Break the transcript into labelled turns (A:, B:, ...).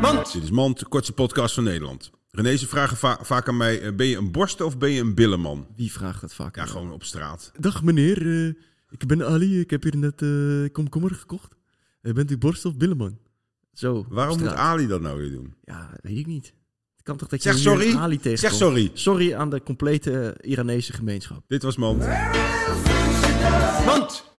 A: Mand.
B: Dit is Mand, de kortste podcast van Nederland. René, ze vragen va- vaak aan mij, eh, ben je een borsten of ben je een billenman?
C: Wie vraagt dat vaak?
B: Ja, gewoon op straat.
C: Dag meneer, eh, ik ben Ali. Ik heb hier net eh komkommer gekocht. Eh, bent u borst of billeman? Zo. op
B: Waarom moet
C: straat.
B: Ali dat nou weer doen?
C: Ja, weet ik niet. Het kan toch dat je
B: Zeg
C: hier
B: sorry.
C: een Ali tegenkomt?
B: Zeg sorry.
C: Sorry aan de complete eh, Iranese gemeenschap.
B: Dit was Mand.
A: Mand.